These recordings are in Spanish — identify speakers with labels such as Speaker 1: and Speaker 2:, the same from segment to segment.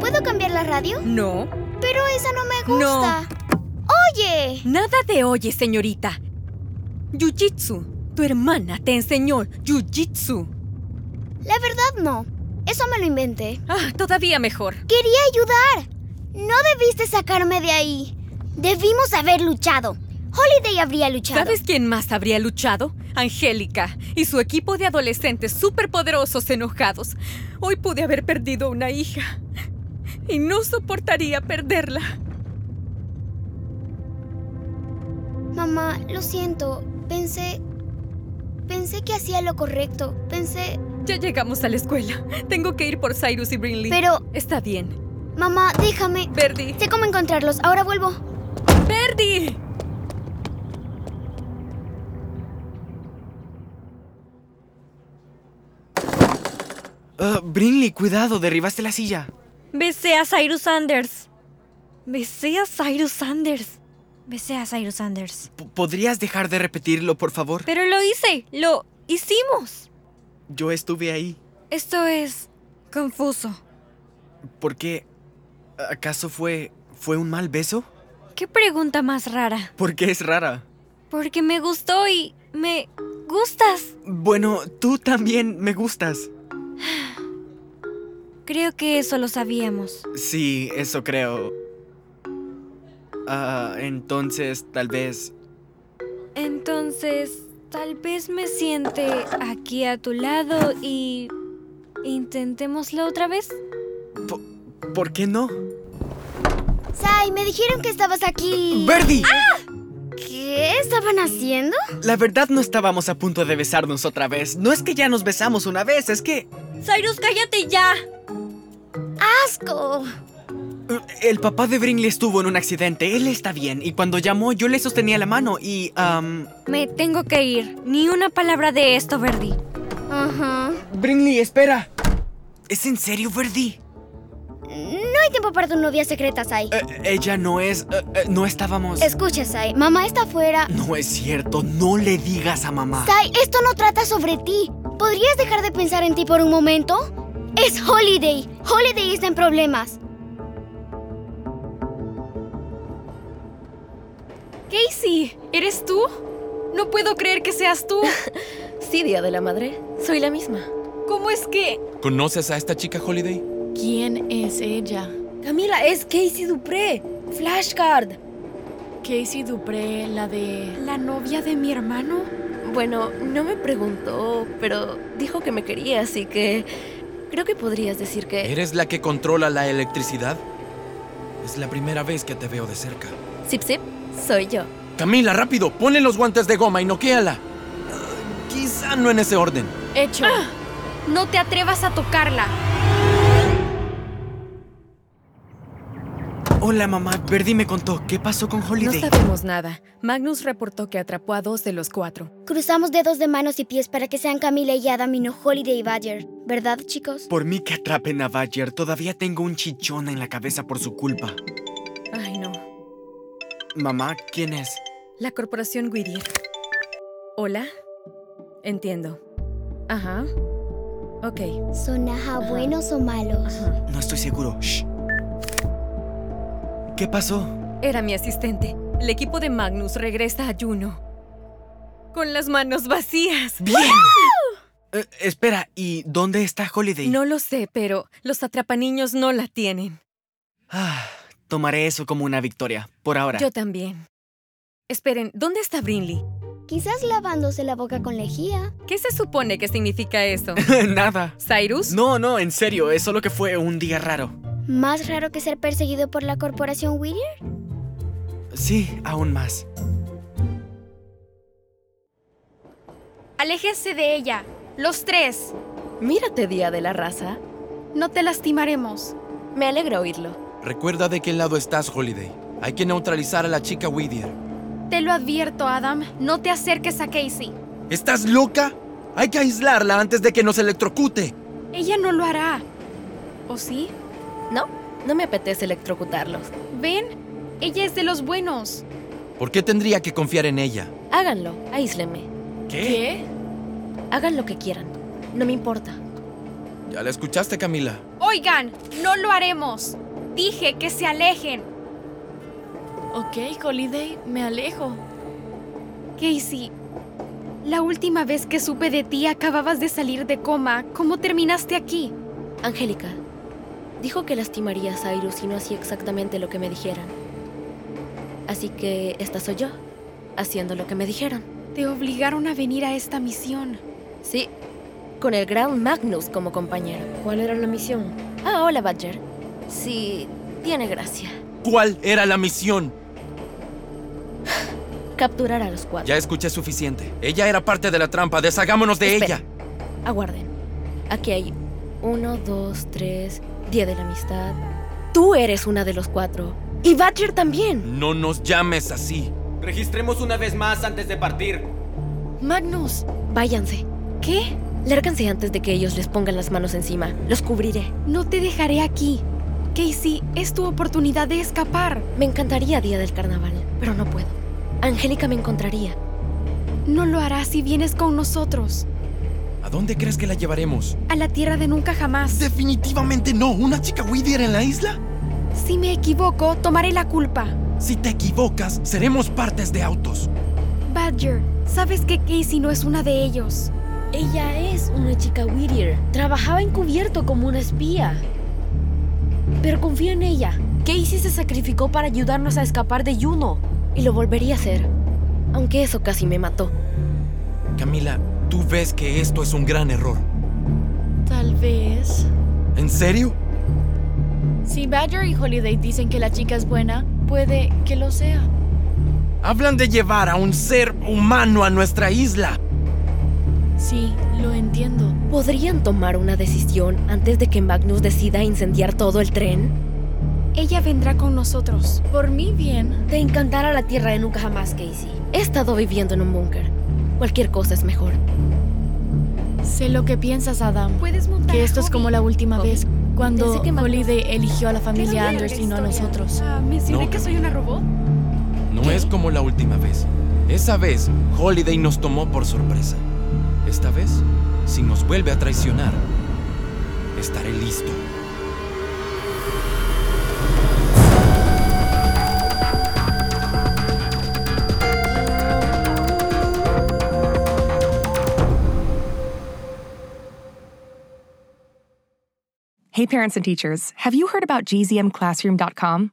Speaker 1: ¿Puedo cambiar la radio?
Speaker 2: No,
Speaker 1: Pero esa no me gusta. Oye,
Speaker 2: nada de oye, señorita. Jiu-Jitsu. Tu hermana te enseñó Jiu-Jitsu.
Speaker 1: la verdad no. Eso me lo inventé.
Speaker 2: Ah, todavía mejor.
Speaker 1: Quería ayudar. No debiste sacarme de ahí. Debimos haber luchado. Holiday habría luchado.
Speaker 2: ¿Sabes quién más habría luchado? Angélica y su equipo de adolescentes superpoderosos enojados. Hoy pude haber perdido una hija. Y no soportaría perderla.
Speaker 1: Mamá, lo siento. Pensé... Pensé que hacía lo correcto. Pensé...
Speaker 2: Ya llegamos a la escuela. Tengo que ir por Cyrus y Brinley.
Speaker 1: Pero,
Speaker 2: Está bien.
Speaker 1: mamá, déjame.
Speaker 2: Verdi.
Speaker 1: Sé cómo encontrarlos. Ahora vuelvo.
Speaker 2: ¡Verdi!
Speaker 3: Ah, Brinley, cuidado, derribaste la silla.
Speaker 4: Besé a Cyrus Sanders. Besé a Cyrus Sanders. Besé a Cyrus Sanders.
Speaker 3: P- ¿Podrías dejar de repetirlo, por favor?
Speaker 4: Pero lo hice, lo hicimos.
Speaker 3: Yo estuve ahí.
Speaker 4: Esto es confuso.
Speaker 3: ¿Por qué? ¿Acaso fue fue un mal beso?
Speaker 4: ¿Qué pregunta más rara?
Speaker 3: Porque es rara.
Speaker 4: Porque me gustó y me gustas.
Speaker 3: Bueno, tú también me gustas.
Speaker 4: Creo que eso lo sabíamos.
Speaker 3: Sí, eso creo. Ah, entonces tal vez
Speaker 4: Entonces, tal vez me siente aquí a tu lado y intentémoslo otra vez.
Speaker 3: ¿Por qué no?
Speaker 1: Sai, me dijeron que estabas aquí.
Speaker 4: ¡Ah!
Speaker 3: ¡Verdi!
Speaker 1: ¿Qué estaban haciendo?
Speaker 3: La verdad no estábamos a punto de besarnos otra vez. No es que ya nos besamos una vez, es que
Speaker 4: Cyrus, cállate ya.
Speaker 1: ¡Asco!
Speaker 3: eh, el papá de Brinley estuvo en un accidente. Él está bien y cuando llamó yo le sostenía la mano y um, am,
Speaker 4: Me tengo que ir. Ni una palabra de esto, Verdi.
Speaker 1: Ajá.
Speaker 3: Brinley, espera. ¿Es en serio, Verdi?
Speaker 1: No hay tiempo para tu novia secreta, Sai.
Speaker 3: Eh, ella no es... eh, eh, no estábamos...
Speaker 1: Escucha, Sai. Mamá está afuera.
Speaker 3: No es cierto, no le digas a mamá.
Speaker 1: Sai, esto no trata sobre ti. ¿Podrías dejar de pensar en ti por un momento? Es Holiday. Holiday está en problemas.
Speaker 2: Casey, ¿eres tú? No puedo creer que seas tú.
Speaker 5: Sí, Día de la Madre. Soy la misma.
Speaker 2: ¿Cómo es que...?
Speaker 6: ¿Conoces a esta chica, Holiday?
Speaker 5: ¿Quién es ella?
Speaker 7: Camila, es Casey Dupré. Flashcard.
Speaker 5: Casey Dupré, la de...
Speaker 2: ¿La novia de mi hermano?
Speaker 5: Bueno, no me preguntó, pero dijo que me quería, así que... Creo que podrías decir que...
Speaker 6: ¿Eres la que controla la electricidad? Es la primera vez que te veo de cerca.
Speaker 5: Sip Sip, soy yo.
Speaker 6: Camila, rápido, ponle los guantes de goma y noquéala. Ah, quizá no en ese orden.
Speaker 5: Hecho.
Speaker 2: No te atrevas a tocarla.
Speaker 3: Hola, mamá. Verdi me contó. ¿Qué pasó con
Speaker 8: No
Speaker 3: Holiday?
Speaker 8: sabemos nada. Magnus reportó que atrapó a dos de los cuatro.
Speaker 1: Cruzamos dedos de manos y pies para que sean Camila y Adam y no Holiday y Badger. ¿Verdad, chicos?
Speaker 3: Por mí que atrapen a Badger. Todavía tengo un chichón en la cabeza por su culpa.
Speaker 8: Ay, no.
Speaker 3: Mamá, ¿quién es?
Speaker 8: La corporación Whittier. ¿Hola? Entiendo. Ajá. Ok.
Speaker 1: ¿Sonaja buenos o malos?
Speaker 8: Ajá.
Speaker 3: No estoy seguro. Shh. ¿Qué pasó?
Speaker 2: Era mi asistente. El equipo de Magnus regresa a Juno. Con las manos vacías.
Speaker 3: ¡Bien! Eh, espera, ¿y dónde está Holiday?
Speaker 2: No lo sé, pero los atrapaniños no la tienen.
Speaker 3: Ah, tomaré eso como una victoria. Por ahora.
Speaker 2: Yo también. Esperen, ¿dónde está Brinley?
Speaker 1: Quizás lavándose la boca con lejía.
Speaker 2: ¿Qué se supone que significa eso?
Speaker 3: Nada.
Speaker 2: ¿Cyrus?
Speaker 3: No, no, en serio. Es solo que fue un día raro.
Speaker 1: ¿Más raro que ser perseguido por la corporación Whittier?
Speaker 3: Sí, aún más.
Speaker 4: Aléjense de ella. Los tres.
Speaker 5: Mírate, Día de la Raza.
Speaker 4: No te lastimaremos.
Speaker 5: Me alegra oírlo.
Speaker 6: Recuerda de qué lado estás, Holiday. Hay que neutralizar a la chica Whittier.
Speaker 4: Te lo advierto, Adam. No te acerques a Casey.
Speaker 6: ¿Estás loca? Hay que aislarla antes de que nos electrocute.
Speaker 4: Ella no lo hará. ¿O sí?
Speaker 5: No, no me apetece electrocutarlos.
Speaker 4: ¿Ven? Ella es de los buenos.
Speaker 6: ¿Por qué tendría que confiar en ella?
Speaker 5: Háganlo, aíslenme.
Speaker 3: ¿Qué?
Speaker 5: Hagan lo que quieran. No me importa.
Speaker 6: Ya la escuchaste, Camila.
Speaker 4: Oigan, no lo haremos. Dije que se alejen.
Speaker 7: Ok, Holiday, me alejo.
Speaker 4: Casey, la última vez que supe de ti acababas de salir de coma. ¿Cómo terminaste aquí?
Speaker 5: Angélica, dijo que lastimaría a Cyrus si no hacía exactamente lo que me dijeran. Así que esta soy yo, haciendo lo que me dijeron.
Speaker 4: Te obligaron a venir a esta misión.
Speaker 5: Sí, con el Ground Magnus como compañero.
Speaker 7: ¿Cuál era la misión?
Speaker 5: Ah, hola, Badger. Sí, tiene gracia.
Speaker 6: ¿Cuál era la misión?
Speaker 5: Capturar a los cuatro.
Speaker 6: Ya escuché suficiente. Ella era parte de la trampa. Deshagámonos de
Speaker 5: Espera.
Speaker 6: ella.
Speaker 5: Aguarden. Aquí hay uno, dos, tres, Día de la Amistad. Tú eres una de los cuatro. Y Badger también.
Speaker 6: No nos llames así.
Speaker 3: Registremos una vez más antes de partir.
Speaker 5: Magnus. Váyanse.
Speaker 4: ¿Qué?
Speaker 5: Lárganse antes de que ellos les pongan las manos encima. Los cubriré.
Speaker 4: No te dejaré aquí. Casey, es tu oportunidad de escapar.
Speaker 5: Me encantaría Día del Carnaval, pero no puedo. Angélica me encontraría.
Speaker 4: No lo harás si vienes con nosotros.
Speaker 6: ¿A dónde crees que la llevaremos?
Speaker 4: A la tierra de nunca jamás.
Speaker 6: Definitivamente no. ¿Una chica Whittier en la isla?
Speaker 4: Si me equivoco, tomaré la culpa.
Speaker 6: Si te equivocas, seremos partes de autos.
Speaker 4: Badger, sabes que Casey no es una de ellos.
Speaker 7: Ella es una chica Whittier. Trabajaba encubierto como una espía. Pero confío en ella. Casey se sacrificó para ayudarnos a escapar de Juno.
Speaker 5: Y lo volvería a hacer. Aunque eso casi me mató.
Speaker 6: Camila, tú ves que esto es un gran error.
Speaker 7: Tal vez.
Speaker 6: ¿En serio?
Speaker 7: Si Badger y Holiday dicen que la chica es buena, puede que lo sea.
Speaker 6: Hablan de llevar a un ser humano a nuestra isla.
Speaker 7: Sí, lo entiendo.
Speaker 5: ¿Podrían tomar una decisión antes de que Magnus decida incendiar todo el tren?
Speaker 4: Ella vendrá con nosotros.
Speaker 7: Por mi bien. Te encantará la tierra de nunca jamás, Casey.
Speaker 5: He estado viviendo en un búnker. Cualquier cosa es mejor.
Speaker 7: Sé lo que piensas, Adam.
Speaker 4: Puedes montar.
Speaker 7: Que esto es como la última
Speaker 4: Hobby.
Speaker 7: vez, cuando
Speaker 5: Desde que mandó-
Speaker 7: Holiday eligió a la familia
Speaker 4: Familia
Speaker 7: Anders y no a nosotros.
Speaker 2: Ah,
Speaker 4: mencioné
Speaker 6: No.
Speaker 4: que soy una robot.
Speaker 6: No es como la última vez. Esa vez, Holiday nos tomó por sorpresa. Esta vez, si nos vuelve a traicionar, estaré listo.
Speaker 9: Hey, parents and teachers, have you heard about gzmclassroom.com?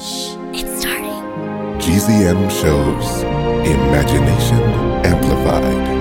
Speaker 1: It's starting.
Speaker 10: GZM shows Imagination Amplified.